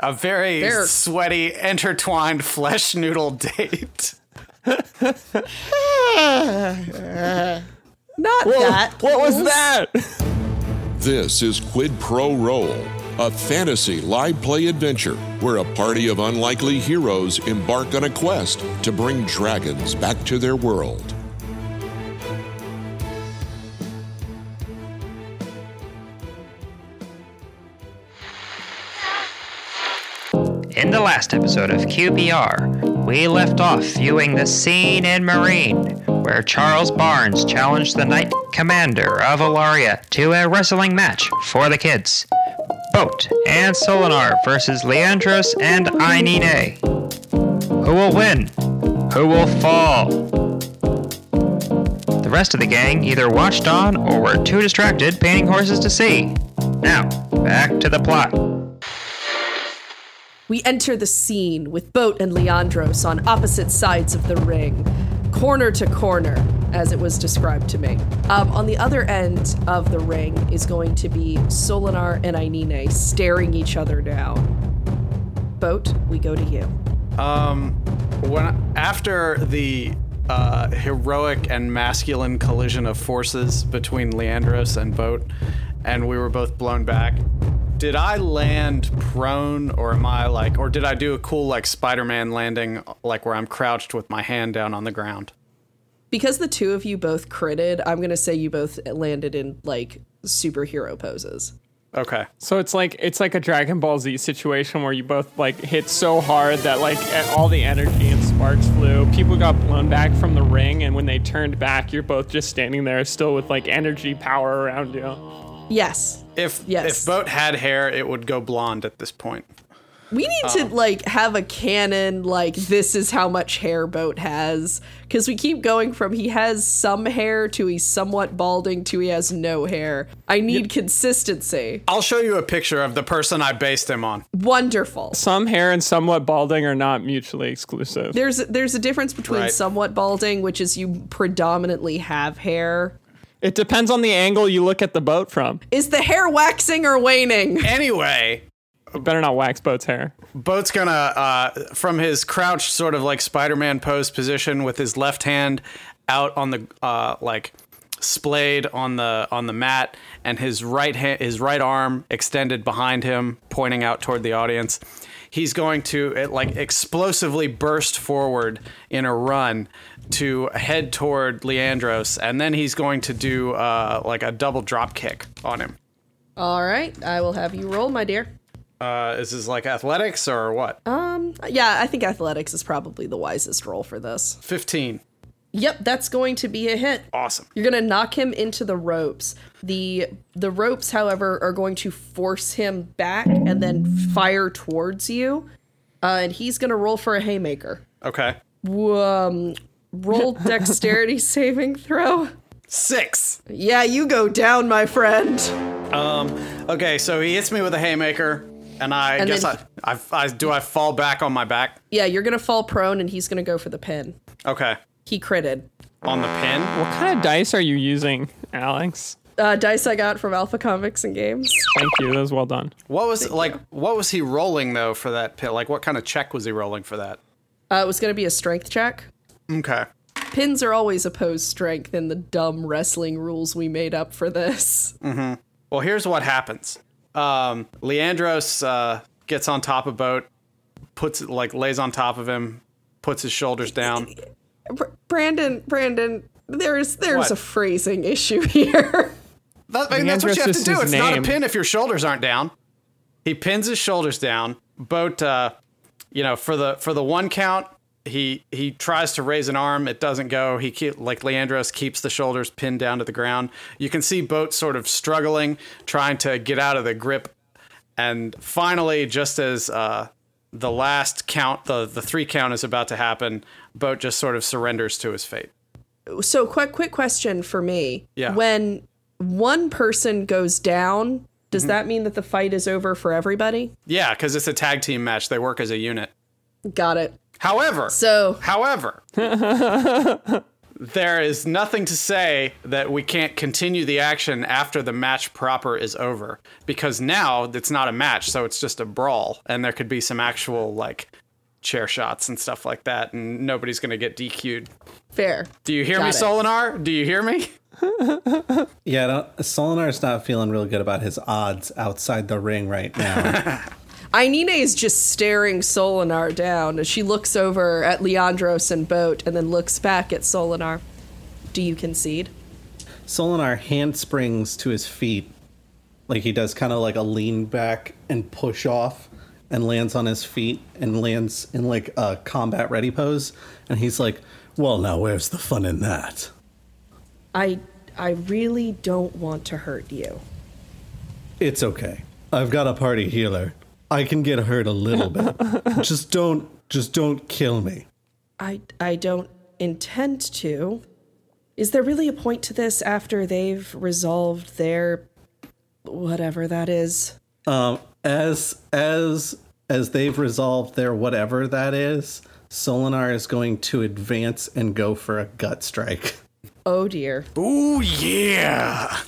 A very They're- sweaty, intertwined flesh noodle date. Not that. What was that? This is Quid Pro Roll, a fantasy live play adventure where a party of unlikely heroes embark on a quest to bring dragons back to their world. In the last episode of QBR, we left off viewing the scene in Marine, where Charles Barnes challenged the Knight Commander of Alaria to a wrestling match for the kids. Boat and Solinar versus Leandros and Ainine. Who will win? Who will fall? The rest of the gang either watched on or were too distracted painting horses to see. Now, back to the plot. We enter the scene with Boat and Leandros on opposite sides of the ring, corner to corner, as it was described to me. Um, on the other end of the ring is going to be Solinar and Ainine staring each other down. Boat, we go to you. Um, when after the uh, heroic and masculine collision of forces between Leandros and Boat, and we were both blown back. Did I land prone, or am I like, or did I do a cool like Spider-Man landing, like where I'm crouched with my hand down on the ground? Because the two of you both critted, I'm going to say you both landed in like superhero poses. Okay, So it's like it's like a Dragon Ball Z situation where you both like hit so hard that like at all the energy and sparks flew. People got blown back from the ring, and when they turned back, you're both just standing there still with like energy power around you. Yes. if Yes. if Boat had hair, it would go blonde at this point. We need to like have a canon like this is how much hair Boat has because we keep going from he has some hair to he's somewhat balding to he has no hair. I need consistency. I'll show you a picture of the person I based him on. Wonderful. Some hair and somewhat balding are not mutually exclusive. There's there's a difference between Right. somewhat balding, which is you predominantly have hair. It depends on the angle you look at the boat from. Is the hair waxing or waning? Anyway, You better not wax boat's hair. Boat's gonna uh, from his crouched sort of like Spider-Man pose position with his left hand out on the uh, like splayed on the on the mat and his right hand his right arm extended behind him pointing out toward the audience. He's going to it, like explosively burst forward in a run to head toward Leandros and then he's going to do uh, like a double drop kick on him. All right, I will have you roll, my dear. Uh, is this like athletics or what? Yeah, I think athletics is probably the wisest roll for this. 15. Yep, that's going to be a hit. Awesome. You're gonna knock him into the ropes. The the ropes, however, are going to force him back and then fire towards you. Uh, and he's gonna roll for a haymaker. Okay. Um, roll dexterity saving throw. Six. Um, Yeah, you go down, my friend. Okay, so he hits me with a haymaker, and I And guess then- I, I, I do I fall back on my back. Yeah, you're gonna fall prone, and he's gonna go for the pin. Okay, He critted. on the pin. What kind of dice are you using, Alex? Uh, dice I got from Alpha Comics and Games. Thank you. That was well done. What was like? What was he rolling though for that pin? Like, what kind of check was he rolling for that? Uh, it was gonna be a strength check. Okay, Pins are always opposed strength in the dumb wrestling rules we made up for this. Well, here's what happens. Um, Leandros uh, gets on top of boat, puts like lays on top of him, puts his shoulders down. Br- Brandon, Brandon, there's there's What? a phrasing issue here. That, I mean, that's what you Leandros have to is do. his It's not a name. pin if your shoulders aren't down. He pins his shoulders down. Boat, uh, you know, for the for the one count, he he tries to raise an arm. It doesn't go. He keep, like Leandros keeps the shoulders pinned down to the ground. You can see Boat sort of struggling, trying to get out of the grip. And finally, just as uh, the last count, the the three count is about to happen, Boat just sort of surrenders to his fate. So, quick quick question for me. Yeah. When one person goes down, does Mm-hmm. that mean that the fight is over for everybody? Yeah, because it's a tag team match. They work as a unit. Got it. However, So, However, there is nothing to say that we can't continue the action after the match proper is over because now it's not a match so it's just a brawl and there could be some actual like chair shots and stuff like that and nobody's going to get DQ'd. Fair. Do you hear Got me it. Solinar? Do you hear me? Yeah, I don't, Solinar's not feeling real good about his odds outside the ring right now. Ainine is just staring Solinar down as she looks over at Leandros and Boat and then looks back at Solinar. Do you concede? Solinar handsprings to his feet, like he does kind of like a lean back and push off, and lands on his feet and lands in like a combat ready pose. And he's like, "Well, now where's the fun in that?" I I really don't want to hurt you. It's okay. I've got a party healer. I can get hurt a little bit. just don't, just don't kill me. I I don't intend to. Is there really a point to this after they've resolved their whatever that is? Um, as as as they've resolved their whatever that is, Solinar is going to advance and go for a gut strike. Oh dear. Ooh yeah.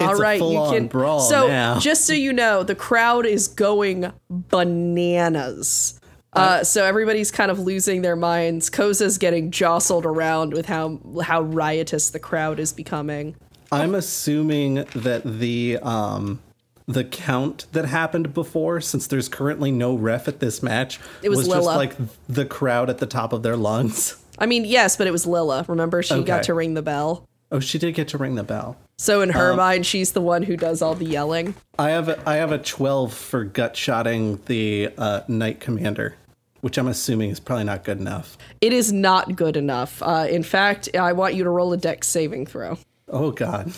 All a right, full-on you can brawl So, now. just so you know, the crowd is going bananas. Uh, so everybody's kind of losing their minds. Koza's getting jostled around with how how riotous the crowd is becoming. I'm assuming that the um the count that happened before, since there's currently no ref at this match, It was just Lilla. like the crowd at the top of their lungs. I mean, yes, but it was Lilla. Remember, she Okay. got to ring the bell. Oh, she did get to ring the bell. So in Uh, her mind, she's the one who does all the yelling. I have a, I have a twelve for gut shotting the uh, knight commander, which I'm assuming is probably not good enough. It is not good enough. Uh, in fact, I want you to roll a deck saving throw. Oh god.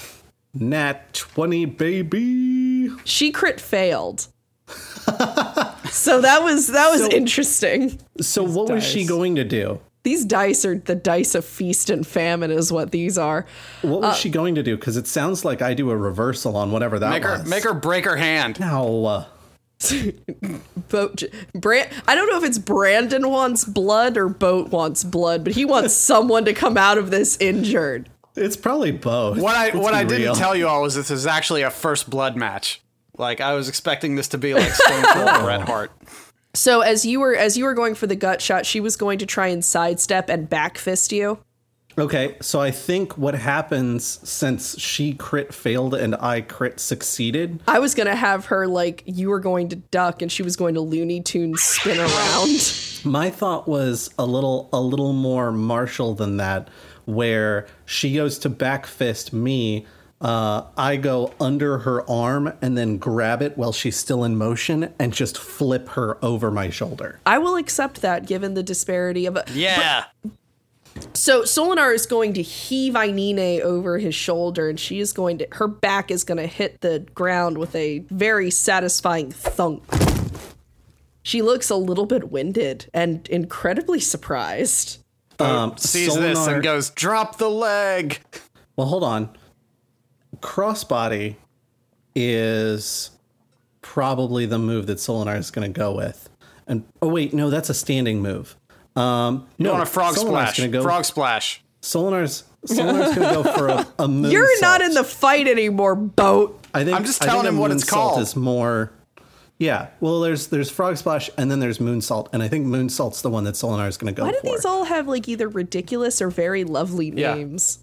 Nat 20 baby. She crit failed. so that was that was interesting. So what was she going to do? These dice are the dice of feast and famine, is what these are. What was she going to do? Because it sounds like I do a reversal on whatever that Make her was. make her break her hand. Ow. Uh, Boat, Brand, I don't know if it's Brandon wants blood or Boat wants blood, but he wants someone to come out of this injured. It's probably both. What I Let's what be I didn't real. tell you all was this is actually a first blood match. Like I was expecting this to be like Stone Cold Bret Hart. So as you were as you were going for the gut shot, she was going to try and sidestep and backfist you. Okay, so I think what happens since she crit failed and I crit succeeded. I was gonna have her like you were going to duck and she was going to Looney Tunes spin around. My thought was a little a little more martial than that, where she goes to back fist me. Uh, I go under her arm and then grab it while she's still in motion and just flip her over my shoulder. I will accept that given the disparity of Yeah. So Solinar is going to heave Ainine over his shoulder and she is going to her back is gonna hit the ground with a very satisfying thunk. She looks a little bit winded and incredibly surprised. Um, sees this Solinar- and goes, drop the leg. Well, hold on. Crossbody is probably the move that Solinar is going to go with. And oh wait, no, that's a standing move. Um, You no, want a frog Solinar's splash. Gonna go, Frog splash. Solinar's Solinar's going to go for a, a moonsault. You're not in the fight anymore, boat. I think I'm just I think telling a him what it's moonsault called. Is more. Yeah. Well, there's there's frog splash and then there's moonsault, and I think moonsault's the one that Solinar is going to go Why do for. these all have like either ridiculous or very lovely Yeah. names?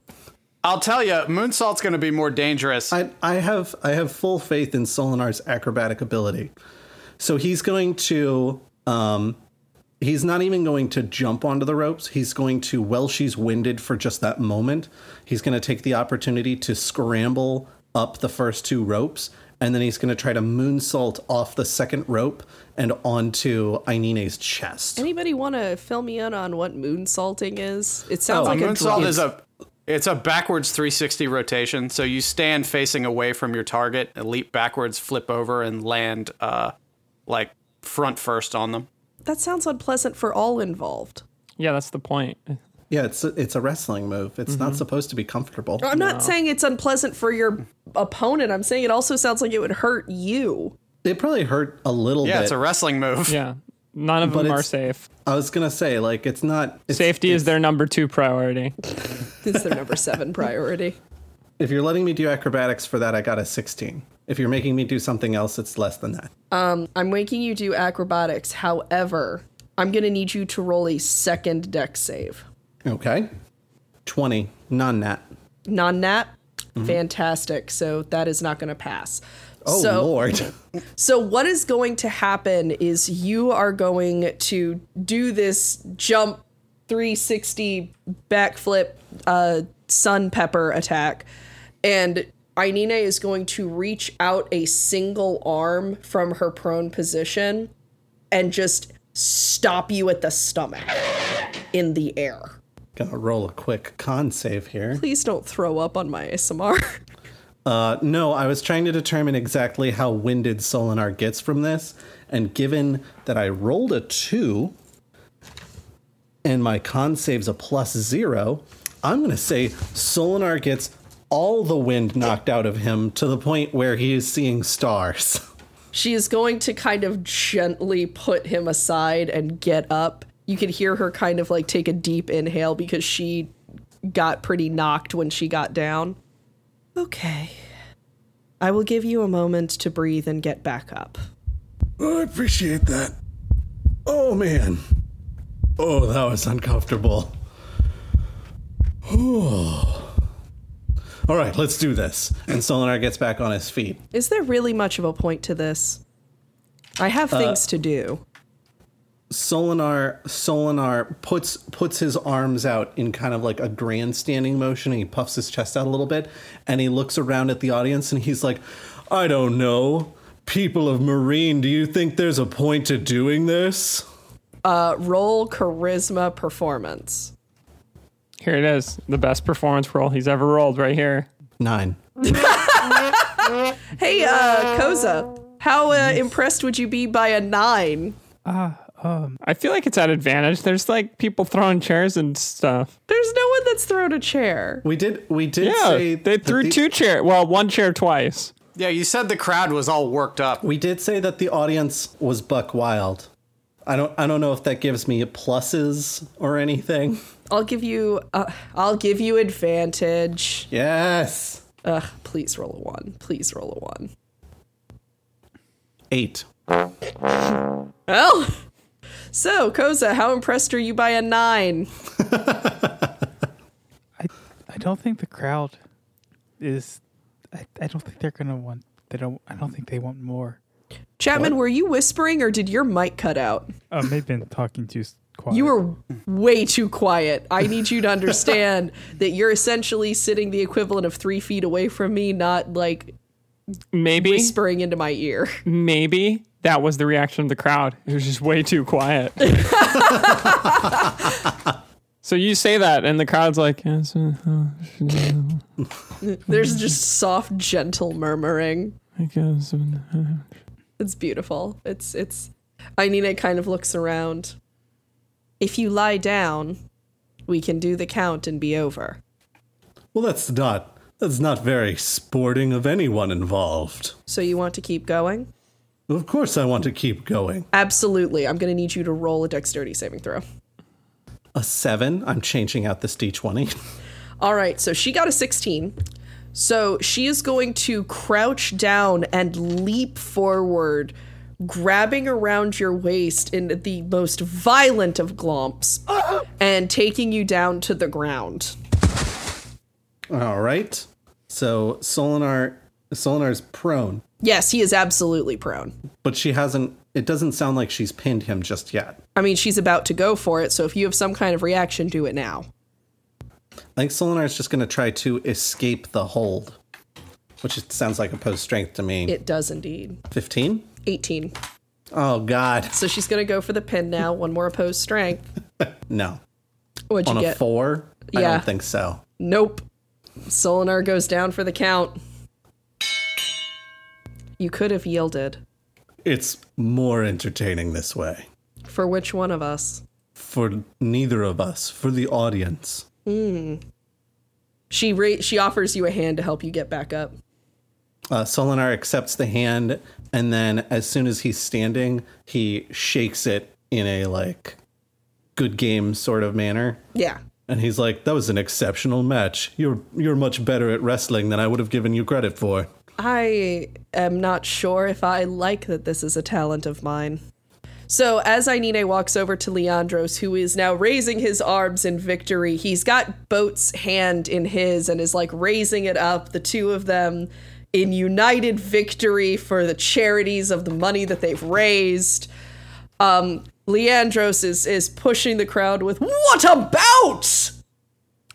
I'll tell you, moonsault's going to be more dangerous. I, I have I have full faith in Solinar's acrobatic ability. So he's going to um he's not even going to jump onto the ropes. He's going to well she's winded for just that moment. He's going to take the opportunity to scramble up the first two ropes and then he's going to try to moonsault off the second rope and onto Ainine's chest. Anybody want to fill me in on what moonsaulting is? It sounds Oh, like a moonsault drop. is a it's a backwards 360 rotation. So you stand facing away from your target, and leap backwards, flip over, and land uh, like front first on them. that sounds unpleasant for all involved. Yeah, that's the point. Yeah, it's a, it's a wrestling move. It's not supposed to be comfortable. I'm not saying it's unpleasant for your opponent. I'm saying it also sounds like it would hurt you. It probably hurt a little Yeah, bit. it's a wrestling move. Yeah. None of But them are it's- safe. I was gonna say like it's not it's, Safety is it's- their number two priority. It's their number seven priority. If you're letting me do acrobatics for that, I got a 16. If you're making me do something else, it's less than that. I'm making you do acrobatics. However, I'm going to need you to roll a second deck save. Okay. 20, non nat. Non nat, fantastic. So that is not going to pass. Mm-hmm. Oh so, lord. So, what is going to happen is you are going to do this jump 360 backflip uh, sun pepper attack. And Ainine is going to reach out a single arm from her prone position and just stop you at the stomach in the air. Gonna roll a quick con save here. Please don't throw up on my ASMR. Uh, no, I was trying to determine exactly how winded Solinar gets from this, and given that I rolled a two and my con saves a plus zero, I'm gonna say Solinar gets all the wind knocked out of him to the point where he is seeing stars. She is going to kind of gently put him aside and get up. You can hear her kind of like take a deep inhale because she got pretty knocked when she got down. Okay. I will give you a moment to breathe and get back up. I appreciate that. Oh man. Oh, that was uncomfortable. Oh. All right, let's do this. And Solinar gets back on his feet. Is there really much of a point to this? I have things to do. Solinar Solinar puts puts his arms out in kind of like a grandstanding motion. And he puffs his chest out a little bit, and he looks around at the audience, and he's like, "I don't know, people of Marine, do you think there's a point to doing this?" Uh, roll charisma performance. Here it is. The best performance roll he's ever rolled right here. Nine. Hey, uh, Koza, how uh, impressed would you be by a nine? I feel like it's at advantage. There's like people throwing chairs and stuff. There's no one that's thrown a chair. We did we did Yeah, say they that threw the- two chair. Well, one chair twice. Yeah, you said the crowd was all worked up. We did say that the audience was buck wild. I don't I don't know if that gives me pluses or anything. I'll give you. Uh, I'll give you advantage. Yes. Ugh, please roll a one. Please roll a one. 8. Well, Oh! so Koza, how impressed are you by a nine? I I don't think the crowd is. I, I don't think they're gonna want. They don't. I don't think they want more. Chapman, were you whispering or did your mic cut out? Oh, they've been talking too s- quiet. You were way too quiet. I need you to understand that you're essentially sitting the equivalent of three feet away from me, not like Maybe, whispering into my ear. maybe that was the reaction of the crowd. It was just way too quiet. so you say that, and the crowd's like, "Yeah, so, uh, There's just soft, gentle murmuring. I guess, uh, It's beautiful. It's it's Ainina kind of looks around. If you lie down, we can do the count and be over. Well, that's not that's not very sporting of anyone involved. So you want to keep going? Of course I want to keep going. Absolutely. I'm going to need you to roll a dexterity saving throw. A 7. I'm changing out this d20. All right, so she got a 16. So she is going to crouch down and leap forward, grabbing around your waist in the most violent of glomps and taking you down to the ground. All right. So Solinar Solinar's prone, Yes, he is absolutely prone. but she hasn't it doesn't sound like she's pinned him just yet. I mean, she's about to go for it, so if you have some kind of reaction, do it now. I think Solinar's just going to try to escape the hold, which it sounds like opposed strength to me. It does indeed. 15? 18. Oh god. So she's going to go for the pin now. One more opposed strength. No. What'd On you a get? 4? I Yeah. don't think so. Nope. Solinar goes down for the count. You could have yielded. It's more entertaining this way For which one of us? for neither of us, for the audience. She ra- she offers you a hand to help you get back up. Uh, Solinar accepts the hand, and then as soon as he's standing, he shakes it in a like good game sort of manner. Yeah. And he's like, "That was an exceptional match. You're you're much better at wrestling than I would have given you credit for." I am not sure if I like that this is a talent of mine. So, as Ainine walks over to Leandros, who is now raising his arms in victory, he's got Boat's hand in his and is like raising it up, the two of them in united victory for the charities of the money that they've raised. Um, Leandros is, is pushing the crowd with, What about?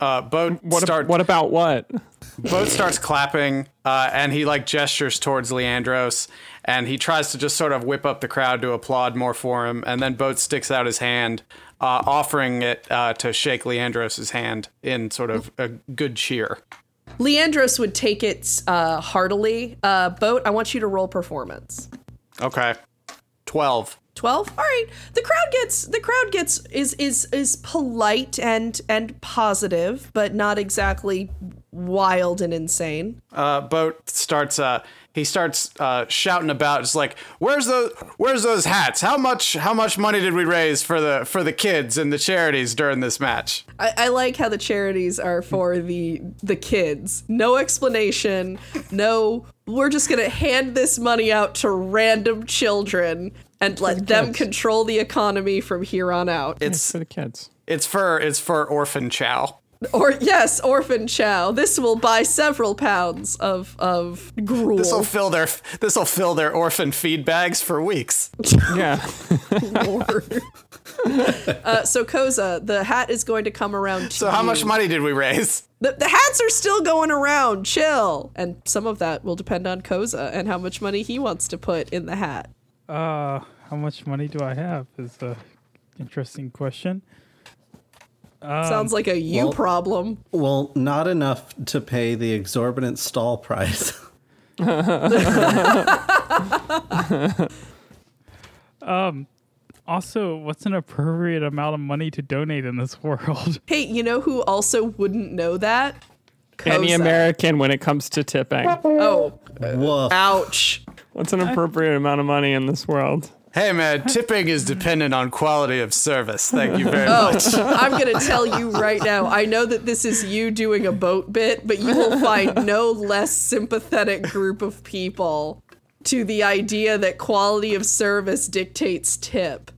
Uh, boat What, start, what about what? boat starts clapping, uh, and he like gestures towards Leandros, and he tries to just sort of whip up the crowd to applaud more for him, and then boat sticks out his hand, uh, offering it uh, to shake Leandros's hand in sort of a good cheer. Leandros would take it uh, heartily. Uh, Boat, I want you to roll performance. Okay, twelve. 12 all right the crowd gets the crowd gets is is is polite and and positive but not exactly wild and insane uh, boat starts uh he starts uh shouting about just like where's those where's those hats how much how much money did we raise for the for the kids and the charities during this match I, I like how the charities are for the the kids no explanation no we're just gonna hand this money out to random children and let them control the economy from here on out It's for the kids. it's for it's for orphan chow or yes orphan chow this will buy several pounds of of gruel this will fill their this will fill their orphan feed bags for weeks Yeah. Uh, so Koza, the hat is going to come around. To so how much money did we raise The, the hats are still going around. Chill, and some of that will depend on Koza and how much money he wants to put in the hat. Uh, how much money do I have? Is a interesting question. Sounds like a you well- problem. Well, not enough to pay the exorbitant stall price. Also, what's an appropriate amount of money to donate in this world? Hey, you know who also wouldn't know that? Any Koza. American when it comes to tipping. Oh, Woof. ouch. What's an appropriate amount of money in this world? hey man tipping is dependent on quality of service thank you very Oh. much I'm gonna tell you right now. I know that this is you doing a boat bit, but you will find no less sympathetic group of people to the idea that quality of service dictates tip.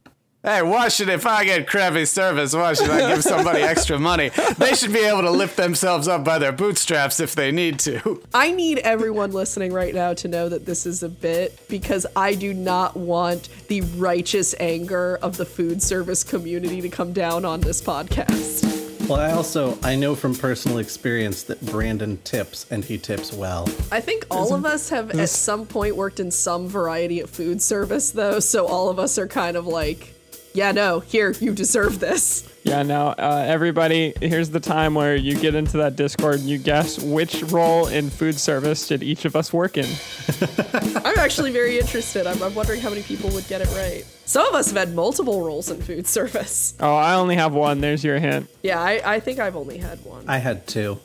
hey why should if i get crappy service why should i give somebody extra money they should be able to lift themselves up by their bootstraps if they need to I need everyone listening right now to know that this is a bit because I do not want the righteous anger of the food service community to come down on this podcast. Well, I also I know from personal experience that Brandon tips and he tips well. I think all of us have at some point worked in some variety of food service, though, so all of us are kind of like, yeah, no, here, you deserve this. Yeah, now uh, everybody, here's the time where you get into that Discord and you guess which role in food service did each of us work in. I'm actually very interested. I'm, I'm wondering how many people would get it right. Some of us have had multiple roles in food service. Oh, I only have one. There's your hint. Yeah, I, I think I've only had one. I had two,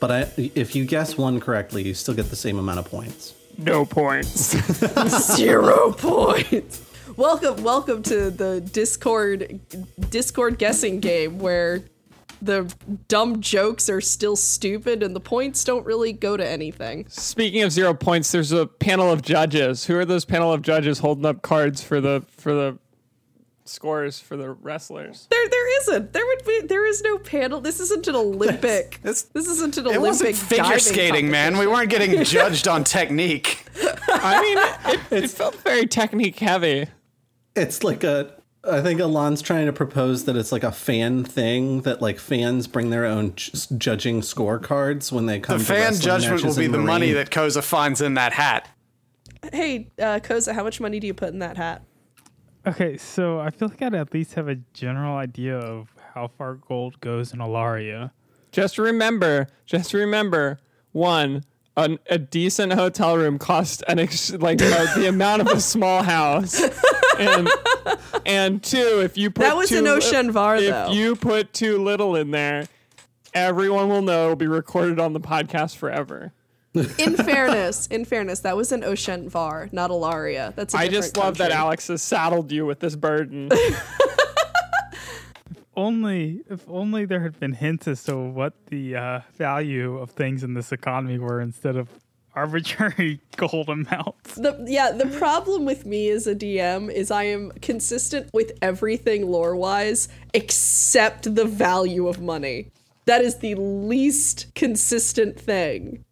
but I if you guess one correctly, you still get the same amount of points. No points. zero points. Welcome, welcome to the Discord Discord guessing game where the dumb jokes are still stupid and the points don't really go to anything. Speaking of zero points, there's a panel of judges. Who are those panel of judges holding up cards for the for the scores for the wrestlers? There, there isn't. There would be. There is no panel. This isn't an Olympic. That's- this isn't an It Olympic wasn't figure diving skating, man. We weren't getting judged on technique. I mean, it, it felt very technique heavy. It's like a I think Alon's trying to propose that it's like a fan thing that like fans bring their own j- judging scorecards when they come. The to fan wrestling judgment matches will be in the money Marine. that Koza finds in that hat. competition. Hey, uh, Koza, how much money do you put in that hat? Okay, so I feel like I'd at least have a general idea of how far gold goes in Alaria. Just remember, just remember, one, an, a decent hotel room costs an ex- like uh, the amount of a small house, and and two, if you put That was too in li- Oceanvar, if though. you put too little in there, everyone will know. It'll be recorded on the podcast forever. In fairness, in fairness, that was an Oshentvar, not Alaria. That's a I different just love that country. Alex has saddled you with this burden. Only if only there had been hints as to what the uh, value of things in this economy were instead of arbitrary gold amounts. The, yeah, the problem with me as a DM is I am consistent with everything lore wise except the value of money. That is the least consistent thing.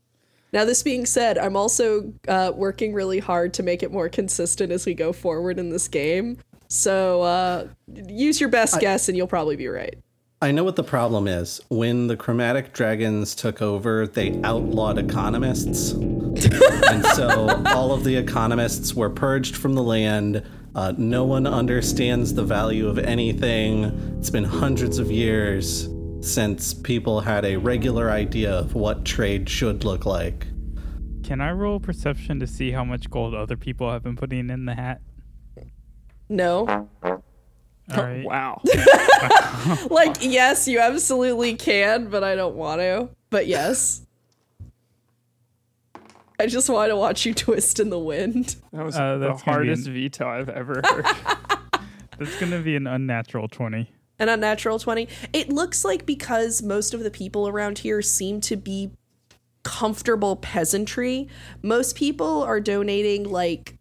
Now, this being said, I'm also uh, working really hard to make it more consistent as we go forward in this game. So uh, use your best guess and you'll probably be right. I know what the problem is. When the chromatic dragons took over, they outlawed economists. and so all of the economists were purged from the land. Uh, no one understands the value of anything. It's been hundreds of years since people had a regular idea of what trade should look like. Can I roll perception to see how much gold other people have been putting in the hat? No? All right. wow. Like, yes, you absolutely can, but I don't want to. But yes. I just want to watch you twist in the wind. That was Uh, the that's gonna be hardest an- veto I've ever heard. That's gonna be an unnatural twenty. An unnatural 20. It looks like because most of the people around here seem to be comfortable peasantry, most people are donating like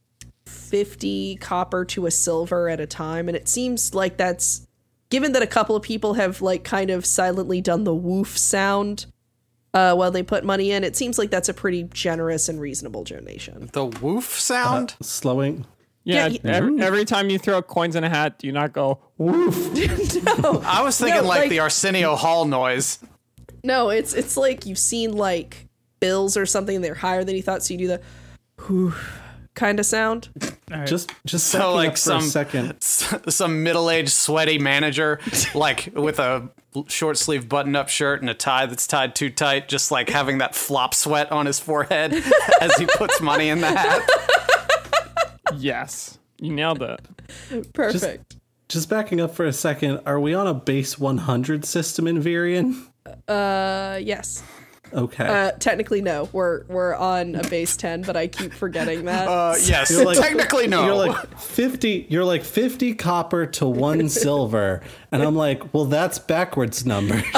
50 copper to a silver at a time. And it seems like that's given that a couple of people have like kind of silently done the woof sound uh, while they put money in, it seems like that's a pretty generous and reasonable donation. The woof sound? Slowing. Yeah, Yeah, y- every, every time you throw coins in a hat, do you not go woof? no, I was thinking No, like, like- the Arsenio Hall noise. no, it's it's like you've seen like bills or something, they're higher than you thought, so you do the kind of sound. Just just So, backing up like, for some- a second. S- Some middle-aged sweaty manager like with a short sleeve button-up shirt and a tie that's tied too tight just like having that flop sweat on his forehead as he puts money in the hat. yes, you nailed it. Perfect. Just backing up for a second. Are we on a base 100 system in Virion? Uh, yes. Okay. Uh, technically, no. We're we're on a base ten, but I keep forgetting that. Uh, yes, You're like- technically no. You're like fifty. You're like fifty copper to one silver, and I'm like, well, that's backwards numbers.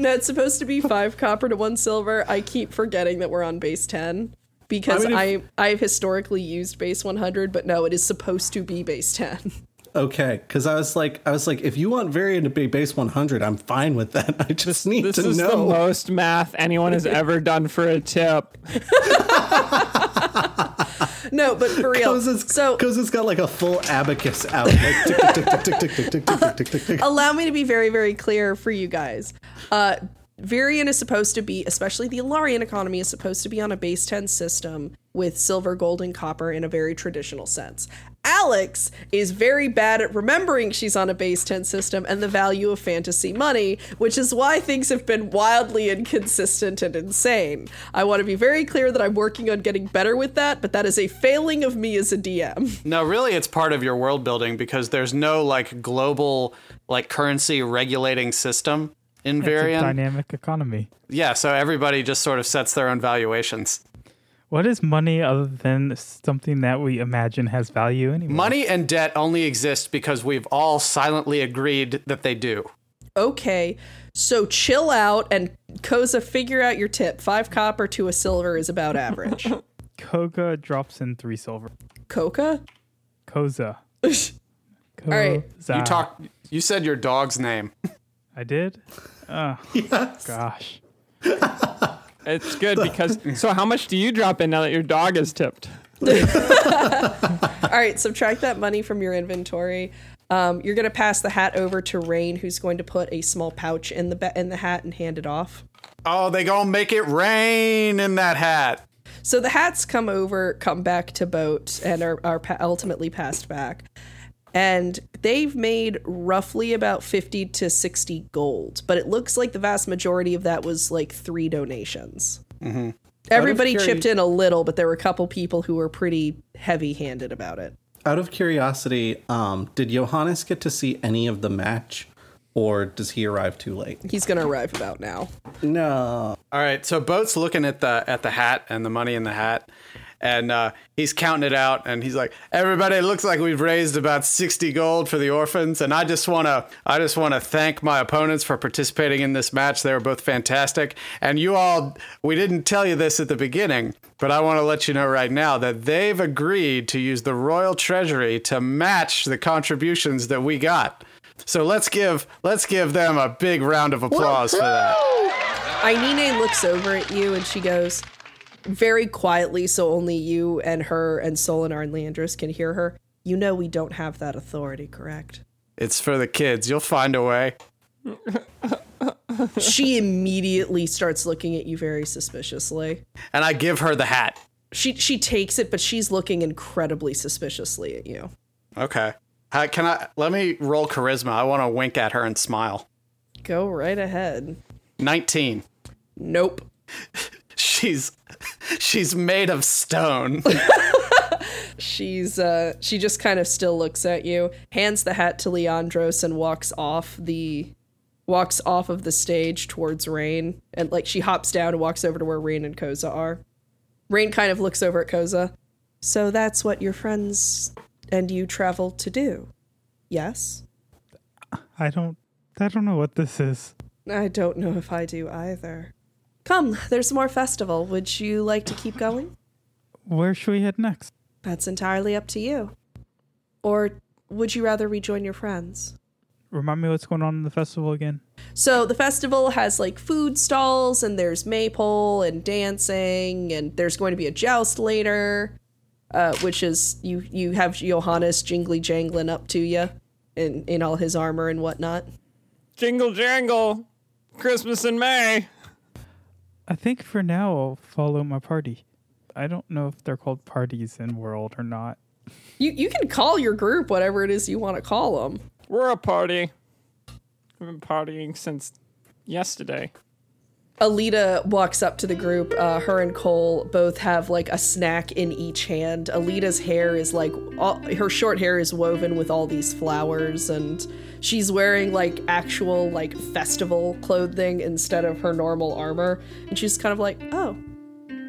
no, it's supposed to be five copper to one silver. I keep forgetting that we're on base ten because I I mean, I have historically used base one hundred, but no, it is supposed to be base ten. okay, because I was like, I was like, if you want Varian to be base 100, I'm fine with that. I just need This to is the know. most math anyone has ever done for a tip. No, but for real. because it's, so 'cause it's got like a full abacus out. Like, tick, tick, tick, tick, tick, tick, tick, tick, tick, tick, tick, tick. allow me to be very, very clear for you guys. Uh, Varian is supposed to be, especially the Ilarian economy, is supposed to be on a base 10 system with silver, gold, and copper in a very traditional sense. Alex is very bad at remembering she's on a base 10 system and the value of fantasy money, which is why things have been wildly inconsistent and insane. I want to be very clear that I'm working on getting better with that, but that is a failing of me as a DM. No, really, it's part of your world building because there's no like global like currency regulating system in It's a Varian. dynamic economy. Yeah, so everybody just sort of sets their own valuations. What is money other than something that we imagine has value anyway? Money and debt only exist because we've all silently agreed that they do. okay, so chill out and Koza, figure out your tip. Five copper to a silver is about average. Koga drops in three silver. Coca? Koza. Koza. right. You talk. You said your dog's name. I did. Oh gosh. It's good because. So, how much do you drop in now that your dog is tipped? All right, subtract that money from your inventory. Um, you're gonna pass the hat over to Rain, who's going to put a small pouch in the ba- in the hat and hand it off. Oh, they gonna make it rain in that hat. So the hats come over, come back to boat, and are, are pa- ultimately passed back. And they've made roughly about 50 to 60 gold, but it looks like the vast majority of that was like three donations. Everybody curi- chipped in a little, but there were a couple people who were pretty heavy handed about it. Out of curiosity, um, did Johannes get to see any of the match? or does he arrive too late? He's gonna arrive about now. No. All right, so Boat's looking at the at the hat and the money in the hat, and uh, he's counting it out, and he's like, "Everybody, it looks like we've raised about sixty gold for the orphans, and I just wanna I just wanna thank my opponents for participating in this match. They were both fantastic, and you all we didn't tell you this at the beginning, but I want to let you know right now that they've agreed to use the royal treasury to match the contributions that we got. So let's give let's give them a big round of applause for that." Ainine looks over at you and she goes, very quietly, so only you and her and Solinar and Leandris can hear her. You know we don't have that authority, correct? It's for the kids. You'll find a way. she immediately starts looking at you very suspiciously. And I give her the hat. She she takes it, but she's looking incredibly suspiciously at you. Okay. Hi, can I let me roll charisma? I want to wink at her and smile. Go right ahead. 19. Nope. She's she's made of stone. She's uh she just kind of still looks at you, hands the hat to Leandros and walks off the walks off of the stage towards Rain and like she hops down and walks over to where Rain and Koza are. Rain kind of looks over at Koza. So that's what your friends and you travel to do. Yes? I don't. I don't know what this is. I don't know if I do either. Come, there's more festival. Would you like to keep going? Where should we head next? That's entirely up to you. Or would you rather rejoin your friends? Remind me what's going on in the festival again. So the festival has like food stalls and there's maypole and dancing and there's going to be a joust later, uh, which is you you have Johannes jingly jangling up to you in in all his armor and whatnot. Jingle jangle, Christmas in May. I think for now I'll follow my party. I don't know if they're called parties in world or not. You you can call your group whatever it is you want to call them. We're a party. We've been partying since yesterday. Alita walks up to the group. Uh, her and Cole both have like a snack in each hand. Alita's hair is like all, her short hair is woven with all these flowers, and she's wearing like actual like festival clothing instead of her normal armor. And she's kind of like, "Oh,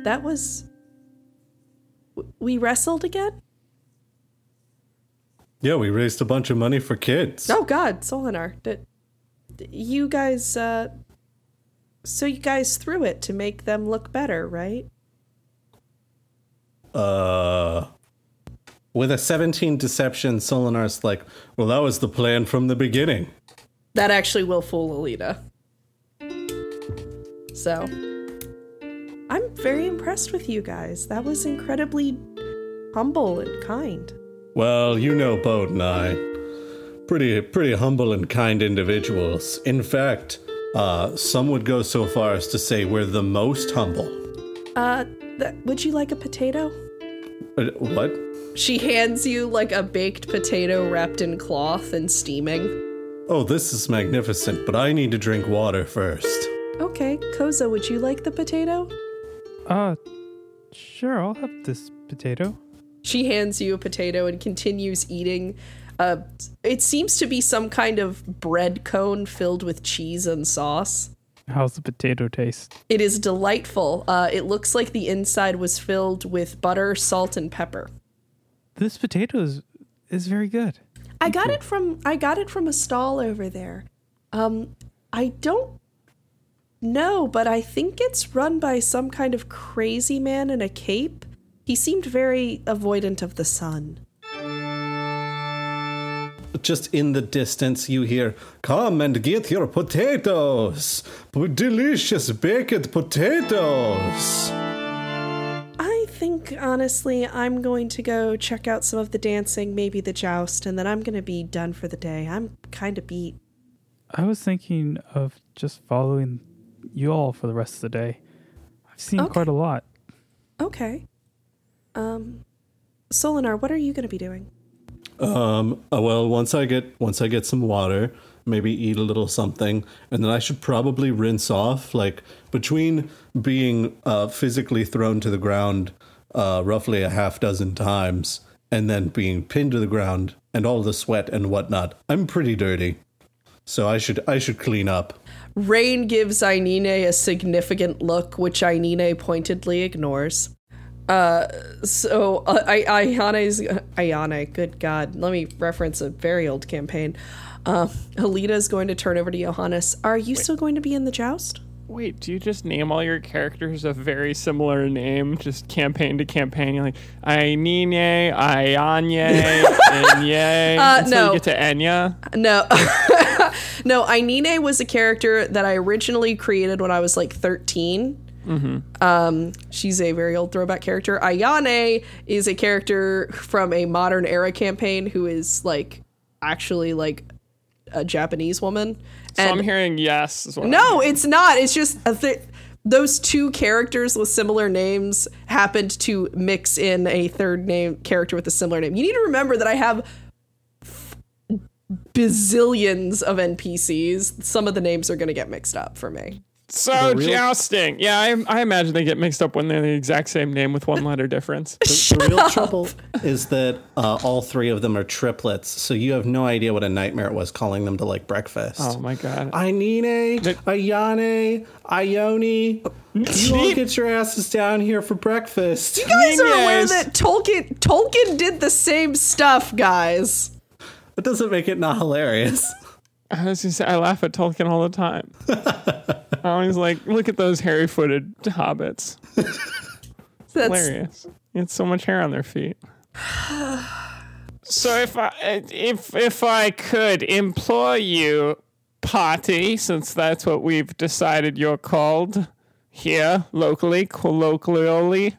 that was w- we wrestled again." Yeah, we raised a bunch of money for kids. Oh God, Solinar, did did you guys? Uh, so you guys threw it to make them look better, right? Uh, with a 17 deception, Solinar's like, well, that was the plan from the beginning. That actually will fool Alita. So, I'm very impressed with you guys. That was incredibly humble and kind. Well, you know Bode and I. Pretty pretty humble and kind individuals. In fact, uh, some would go so far as to say we're the most humble. Uh, th- would you like a potato? Uh, What? She hands you like a baked potato wrapped in cloth and steaming. Oh, this is magnificent, but I need to drink water first. Okay, Koza, would you like the potato? Uh, sure, I'll have this potato. She hands you a potato and continues eating. Uh, it seems to be some kind of bread cone filled with cheese and sauce. How's the potato taste? It is delightful. Uh, it looks like the inside was filled with butter, salt, and pepper. This potato is, is very good. I got it from I got it from a stall over there. Um, I don't know, but I think it's run by some kind of crazy man in a cape. He seemed very avoidant of the sun. Just in the distance, you hear, Come and get your potatoes! P- Delicious baked potatoes! I think honestly, I'm going to go check out some of the dancing, maybe the joust, and then I'm going to be done for the day. I'm kind of beat. I was thinking of just following you all for the rest of the day. I've seen Okay. quite a lot. Okay. Um, Solinar, what are you going to be doing? Um, uh, well, once I get once I get some water, maybe eat a little something, and then I should probably rinse off. Like between being uh, physically thrown to the ground uh, roughly a half dozen times, and then being pinned to the ground, and all the sweat and whatnot, I'm pretty dirty. So I should I should clean up. Rain gives Ainine a significant look, which Ainine pointedly ignores. Uh, so uh, I- Ayane's Ayane, good God, let me reference a very old campaign. Um, Alita is going to turn over to Johannes. Are you still going to be in the joust? Wait, do you just name all your characters a very similar name, just campaign to campaign? You're like Ainine, Ayanye, Enye. Uh, until no. you get to Enya. No. no, Ainine was a character that I originally created when I was like 13. Um, she's a very old throwback character. Ayane is a character from a modern era campaign who is like actually like a Japanese woman. So I'm hearing yes. Is what I'm No, it's not. It's just a th- those two characters with similar names happened to mix in a third name character with a similar name. You need to remember that I have f- bazillions of NPCs. Some of the names are going to get mixed up for me. So jousting. Yeah, I, I imagine they get mixed up when they're the exact same name with one letter difference. The, the real trouble is that uh, all three of them are triplets, so you have no idea what a nightmare it was calling them to like breakfast. Oh my god. Ainine, Ayane, Ione, you all get your asses down here for breakfast. You guys are aware Yes. that Tolkien Tolkien did the same stuff, guys. That doesn't make it not hilarious. I was gonna say I laugh at Tolkien all the time. I always like look at those hairy-footed hobbits. That's Hilarious. They had so much hair on their feet. So if I if if I could implore you, Potty, since that's what we've decided you're called here locally, colloquially.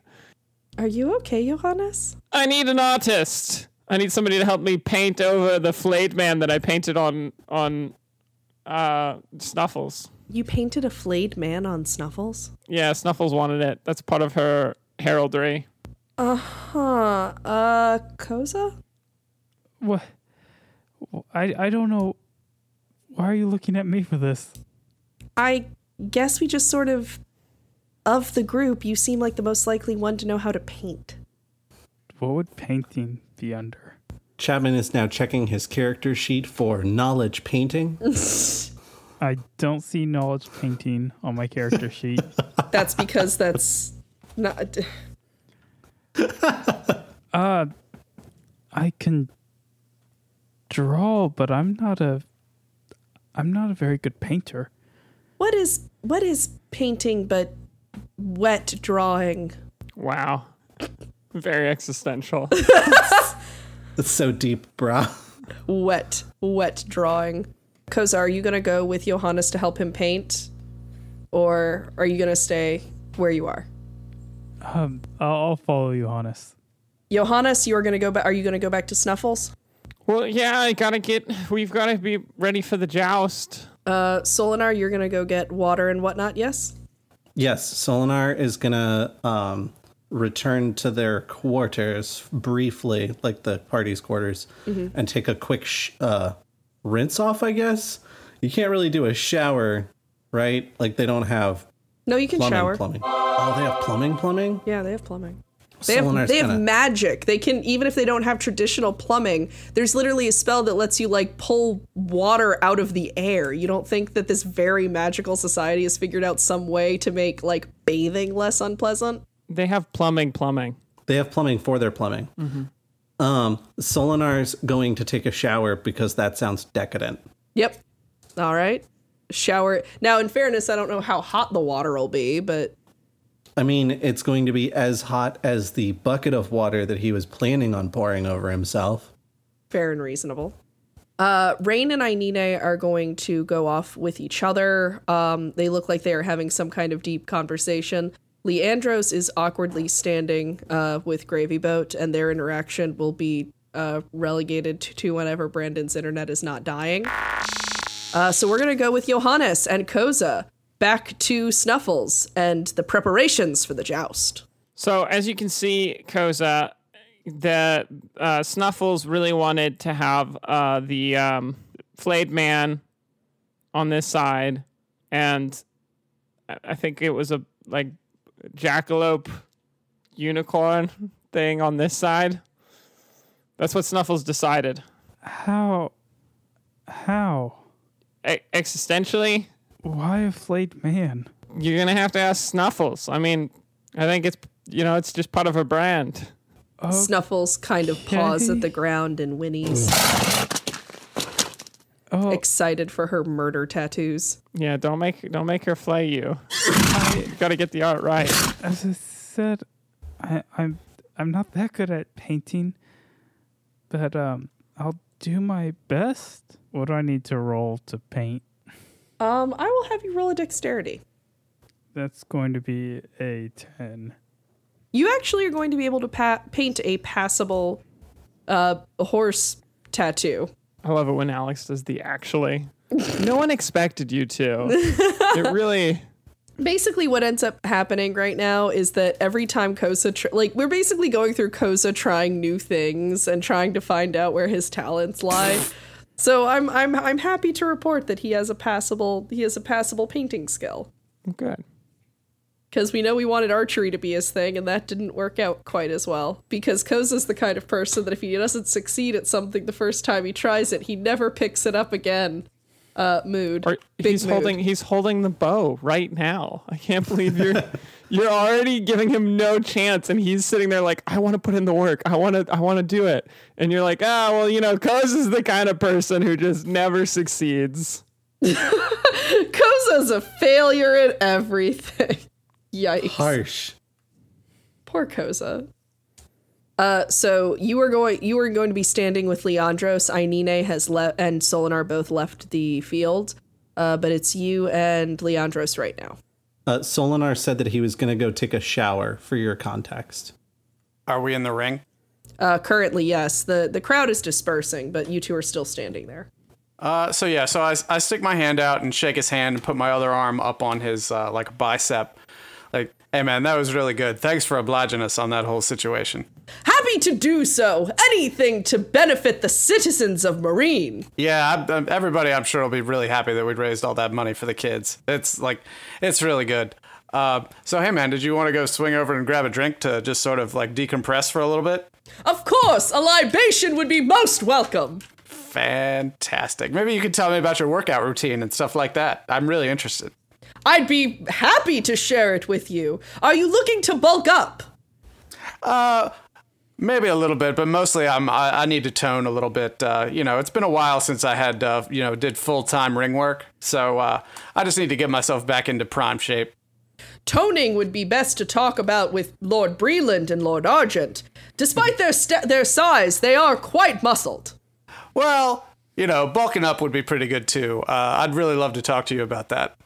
Are you okay, Johannes? I need an artist. I need somebody to help me paint over the flayed man that I painted on on uh Snuffles. You painted a flayed man on Snuffles? Yeah, Snuffles wanted it. That's part of her heraldry. Huh. Uh Koza? What? I I don't know. Why are you looking at me for this? I guess we just sort of of the group, you seem like the most likely one to know how to paint. What would painting be under? Chapman is now checking his character sheet for knowledge painting. I don't see knowledge painting on my character sheet. That's because that's not I can draw, but I'm not a I'm not a very good painter. What is what is painting but wet drawing? Wow. Very existential. That's so deep, brah. Wet wet drawing. Koza, are you going to go with Johannes to help him paint or are you going to stay where you are? Um, I'll, I'll follow you, honest. Johannes, you are going to go back are you going to go back to Snuffles? well, yeah, I gotta get we've gotta be ready for the joust. Uh Solinar, you're going to go get water and whatnot, yes? Yes, Solinar is gonna um, return to their quarters briefly, like the party's quarters, Mm-hmm. and take a quick sh- uh, rinse off. I guess you can't really do a shower, right? Like they don't have No, you can plumbing. shower. Plumbing. Oh, they have plumbing. Plumbing. Yeah, they have plumbing. They have, Solinar's they have gonna- magic. They can even if they don't have traditional plumbing. There's literally a spell that lets you like pull water out of the air. You don't think that this very magical society has figured out some way to make like bathing less unpleasant? They have plumbing plumbing. They have plumbing for their plumbing. Mm-hmm. Um, Solinar's going to take a shower because that sounds decadent. Yep. All right. Shower. Now, in fairness, I don't know how hot the water will be, but I mean, it's going to be as hot as the bucket of water that he was planning on pouring over himself. fair and reasonable. Uh, Rain and Ainine are going to go off with each other. Um, they look like they are having some kind of deep conversation. Leandros is awkwardly standing uh, with Gravy Boat, and their interaction will be uh, relegated to to whenever Brandon's internet is not dying. Uh, so we're going to go with Johannes and Koza back to Snuffles and the preparations for the joust. So as you can see, Koza, the uh, Snuffles really wanted to have uh, the um, flayed man on this side, and I- I think it was a like jackalope unicorn thing on this side. That's what Snuffles decided. How? How? e- existentially, Why a flayed man? you're gonna have to ask Snuffles. I mean, I think it's you know it's just part of a brand. Snuffles kind of paws at the ground and whinnies. Oh. Excited for her murder tattoos. Yeah, don't make don't make her flay you. you gotta get the art right. As I said, I, I'm I'm not that good at painting, but um, I'll do my best. What do I need to roll to paint? Um, I will have you roll a dexterity. That's going to be a ten. You actually are going to be able to pa- paint a passable uh, horse tattoo. I love it when Alex does the actually. No one expected you to. It really. basically what ends up happening right now is that every time kosa tr- like we're basically going through kosa trying new things and trying to find out where his talents lie so i'm i'm i'm happy to report that he has a passable he has a passable painting skill Good. because we know we wanted archery to be his thing and that didn't work out quite as well because kosa's the kind of person that if he doesn't succeed at something the first time he tries it he never picks it up again uh mood Or Big he's mood. holding he's holding the bow right now. I can't believe you're you're already giving him no chance and he's sitting there like, I wanna put in the work. I wanna I wanna do it. And you're like, ah, well, you know, Coz is the kind of person who just never succeeds. kosa's a failure at everything yikes Harsh. Poor Koza. Uh, so you are going you are going to be standing with Leandros. Ainine has left and Solinar both left the field. Uh, but it's you and Leandros right now. Uh, Solinar said that he was going to go take a shower for your context. Are we in the ring? Uh, currently, yes, the the crowd is dispersing, but you two are still standing there. Uh, so yeah, so I, I stick my hand out and shake his hand and put my other arm up on his uh, like bicep. Like, hey man, that was really good. Thanks for obliging us on that whole situation. Happy to do so. Anything to benefit the citizens of Marine. Yeah, I, I, everybody I'm sure will be really happy that we raised all that money for the kids. It's like, it's really good. Uh, so hey man, did you want to go swing over and grab a drink to just sort of like decompress for a little bit? Of course, a libation would be most welcome. Fantastic. Maybe you could tell me about your workout routine and stuff like that. I'm really interested. I'd be happy to share it with you. Are you looking to bulk up? Uh, Maybe a little bit, but mostly I'm I, I need to tone a little bit. Uh, you know, it's been a while since I had uh, you know did full time ring work, so uh, I just need to get myself back into prime shape. toning would be best to talk about with Lord Breland and Lord Argent. Despite their sta their size, they are quite muscled. Well, you know, bulking up would be pretty good too. Uh, I'd really love to talk to you about that.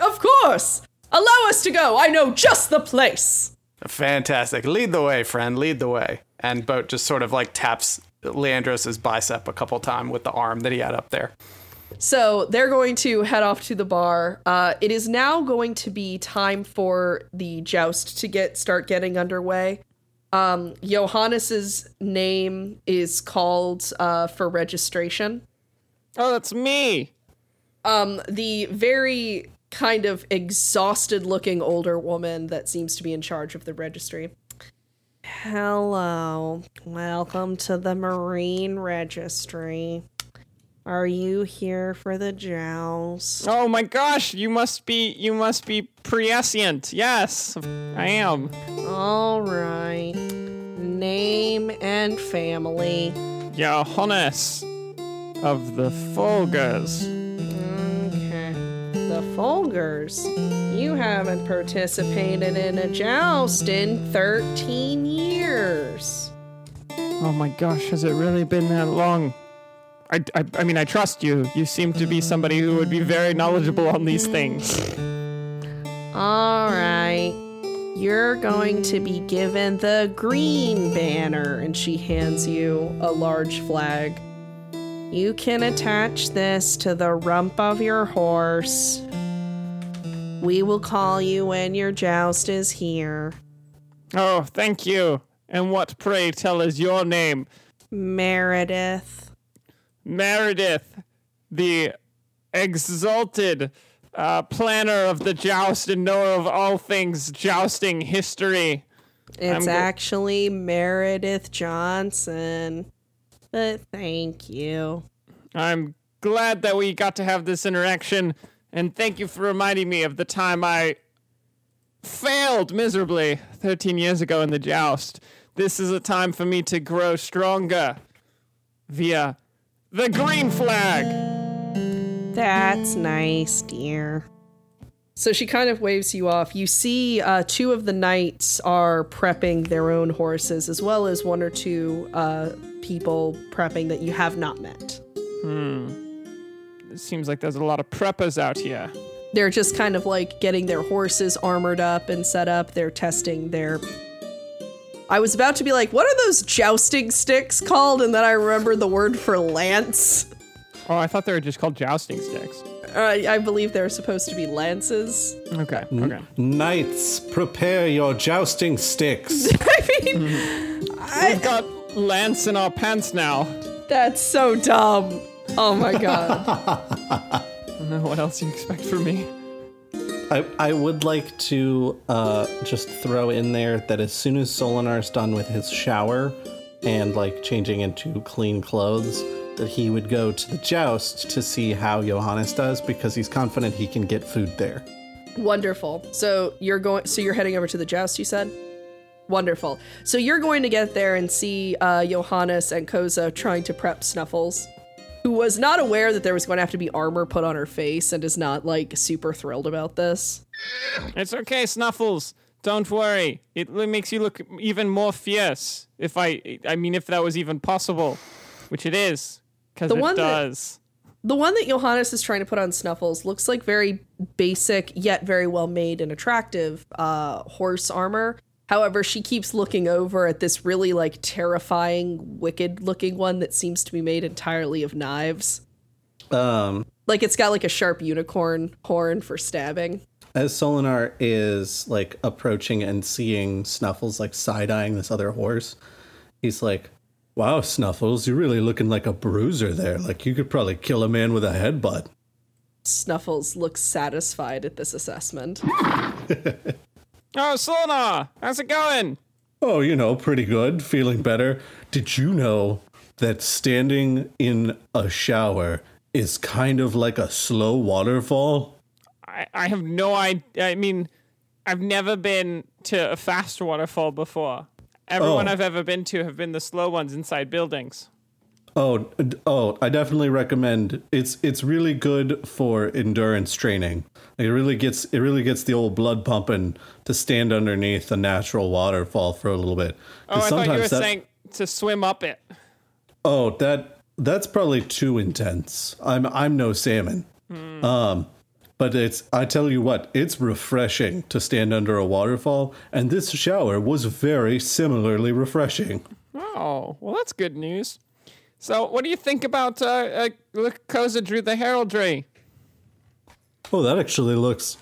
Of course. Allow us to go. I know just the place. Fantastic. Lead the way, friend. Lead the way. And Boat just sort of like taps Leandros' bicep a couple times with the arm that he had up there. So they're going to head off to the bar. Uh, it is now going to be time for the joust to get start getting underway. Um, Johannes's name is called uh, for registration. Oh, that's me. the very kind of exhausted looking older woman that seems to be in charge of the registry. Hello. Welcome to the Marine Registry. Are you here for the joust? Oh my gosh, you must be you must be prescient. Yes, I am. All right. Name and family. Johannes of the Folgers. Okay. The Folgers. You haven't participated in a joust in 13 years. Oh my gosh, has it really been that long? I, I, I mean, I trust you. You seem to be somebody who would be very knowledgeable on these things. All right. You're going to be given the green banner. And she hands you a large flag. You can attach this to the rump of your horse. We will call you when your joust is here. Oh, thank you. And what, pray tell, is your name? Meredith. Meredith, the exalted uh, planner of the joust and knower of all things jousting history. It's go- actually Meredith Johnson. But thank you. I'm glad that we got to have this interaction, and thank you for reminding me of the time I failed miserably 13 years ago in the joust. This is a time for me to grow stronger via the green flag. That's nice, dear. So she kind of waves you off. You see, uh, two of the knights are prepping their own horses, as well as one or two uh, people prepping that you have not met. It seems like there's a lot of preppers out here. They're just kind of like getting their horses armored up and set up. They're testing their. I was about to be like, what are those jousting sticks called? And then I remembered the word for lance. Oh, I thought they were just called jousting sticks. Uh, I believe they're supposed to be lances. Okay, okay. Knights, prepare your jousting sticks. I mean, We've got lance in our pants now. That's so dumb. Oh my god. know what else you expect from me. I, I would like to uh, just throw in there that as soon as Solinar's done with his shower and like changing into clean clothes, that he would go to the joust to see how Johannes does because he's confident he can get food there. Wonderful. So you're going so you're heading over to the joust, you said? Wonderful. So you're going to get there and see uh, Johannes and Koza trying to prep Snuffles, who was not aware that there was going to have to be armor put on her face and is not like super thrilled about this. It's okay, Snuffles. Don't worry. It l- makes you look even more fierce. If I, I mean, if that was even possible, which it is, because The it one that- does. The one that Johannes is trying to put on Snuffles looks like very basic, yet very well made and attractive uh, horse armor. However, she keeps looking over at this really like terrifying, wicked looking one that seems to be made entirely of knives. Um, Like it's got like a sharp unicorn horn for stabbing. As Solinar is like approaching and seeing Snuffles like side eyeing this other horse, he's like, Wow, Snuffles, you're really looking like a bruiser there. Like you could probably kill a man with a headbutt. Snuffles looks satisfied at this assessment. Oh, Solana, how's it going? Oh, you know, pretty good, feeling better. Did you know that standing in a shower is kind of like a slow waterfall? I, I have no idea. I mean, I've never been to a fast waterfall before. Everyone Oh. I've ever been to have been the slow ones inside buildings. Oh, d- oh, I definitely recommend. It's it's really good for endurance training. Like, it really gets it really gets the old blood pumping to stand underneath a natural waterfall for a little bit. Oh, 'Cause I thought you were that, saying to swim up it. Oh, that that's probably too intense. I'm I'm no salmon. Hmm. Um, but it's I tell you what, it's refreshing to stand under a waterfall, and this shower was very similarly refreshing. Oh, well, that's good news. So, what do you think about uh, uh, Lycosa drew the heraldry? Oh, that actually looks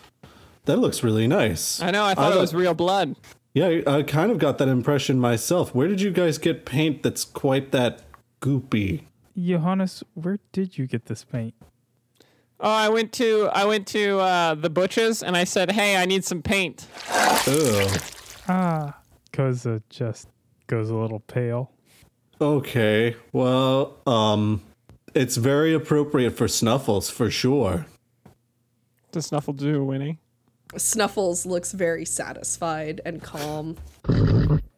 that looks really nice. I know, I thought it like- was real blood. Yeah, I- I kind of got that impression myself. Where did you guys get paint that's quite that goopy? Johannes, where did you get this paint? Oh, I went to I went to uh, the butcher's and I said, "Hey, I need some paint." Ugh. Ah, Koza just goes a little pale. Okay. Well, um it's very appropriate for snuffles for sure. Does Snuffle do, Winnie? Snuffles looks very satisfied and calm.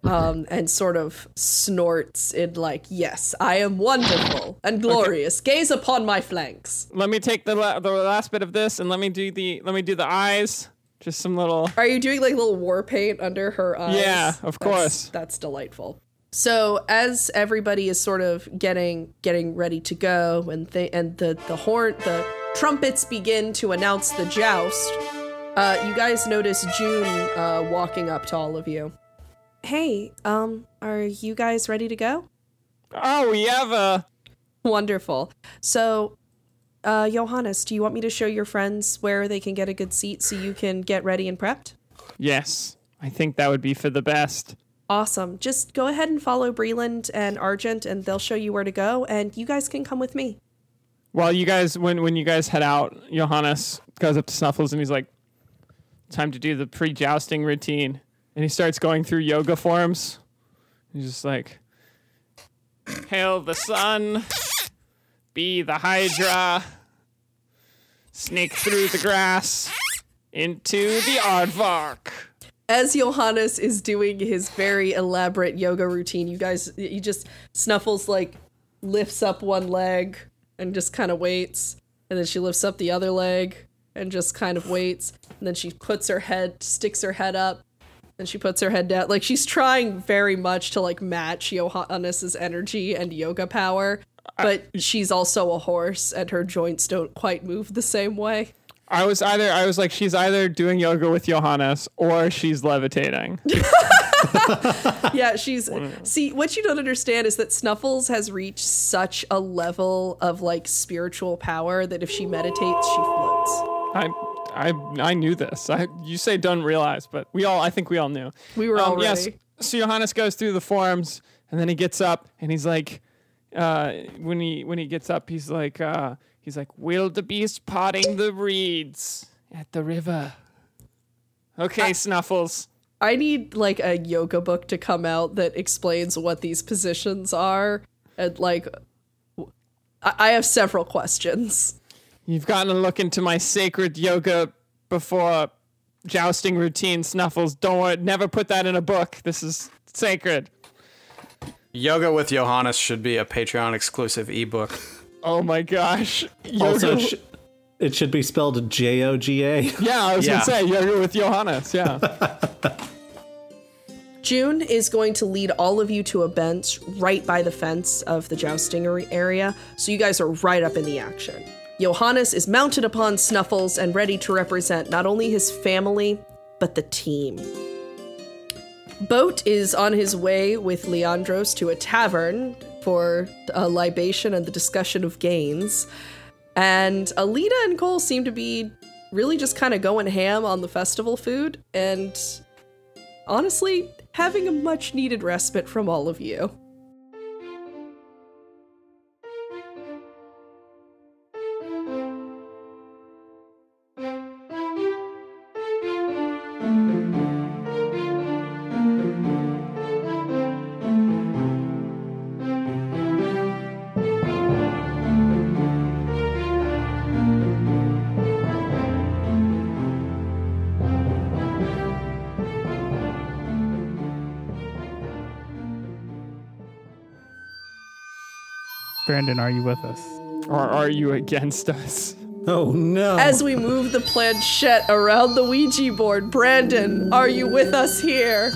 Um, and sort of snorts in like, yes, I am wonderful and glorious. Gaze upon my flanks. Let me take the la- the last bit of this and let me do the let me do the eyes. Just some little. Are you doing like little war paint under her eyes? Yeah, That's- of course. That's delightful. So as everybody is sort of getting getting ready to go, and they and the the horn the trumpets begin to announce the joust, uh, you guys notice June uh, walking up to all of you. Hey, um, are you guys ready to go? Oh, we have a. Wonderful. So, uh, Johannes, do you want me to show your friends where they can get a good seat so you can get ready and prepped? Yes, I think that would be for the best. Awesome. Just go ahead and follow Breland and Argent, and they'll show you where to go, and you guys can come with me. Well, you guys, when when you guys head out, Johannes goes up to Snuffles and he's like, "Time to do the pre-jousting routine," and he starts going through yoga forms. He's just like, "Hail the sun, be the Hydra, snake through the grass into the aardvark. as Johannes is doing his very elaborate yoga routine, you guys, he just snuffles like lifts up one leg and just kind of waits, and then she lifts up the other leg and just kind of waits, and then she puts her head, sticks her head up, and she puts her head down. Like she's trying very much to like match Johannes's energy and yoga power, but she's also a horse, and her joints don't quite move the same way. I was either I was like she's either doing yoga with Johannes or she's levitating. Yeah, she's see what you don't understand is that Snuffles has reached such a level of like spiritual power that if she meditates, she floats. I I I knew this. I you say don't realize, but we all I think we all knew. Um, We were all ready. so Johannes goes through the forms and then he gets up and he's like uh when he when he gets up he's like uh he's like wildebeest potting the reeds at the river. Uh, Okay, Snuffles. I need like a yoga book to come out that explains what these positions are and like. w- I I have several questions. You've gotten a look into my sacred yoga before jousting routine, Snuffles. Don't worry, never put that in a book. This is sacred. Yoga with Johannes should be a Patreon exclusive ebook. Oh my gosh. Yoga. Also, sh- it should be spelled J O G A. yeah, I was Yeah. gonna say yoga with Johannes. Yeah. June is going to lead all of you to a bench right by the fence of the jousting ar- area, so you guys are right up in the action. Johannes is mounted upon Snuffles and ready to represent not only his family, but the team. Boat is on his way with Leandros to a tavern for a libation and the discussion of gains. And Alita and Cole seem to be really just kind of going ham on the festival food and honestly, having a much needed respite from all of you. Brandon, are you with us? or are you against us? Oh no! As we move the planchette around the Ouija board, Brandon, are you with us here?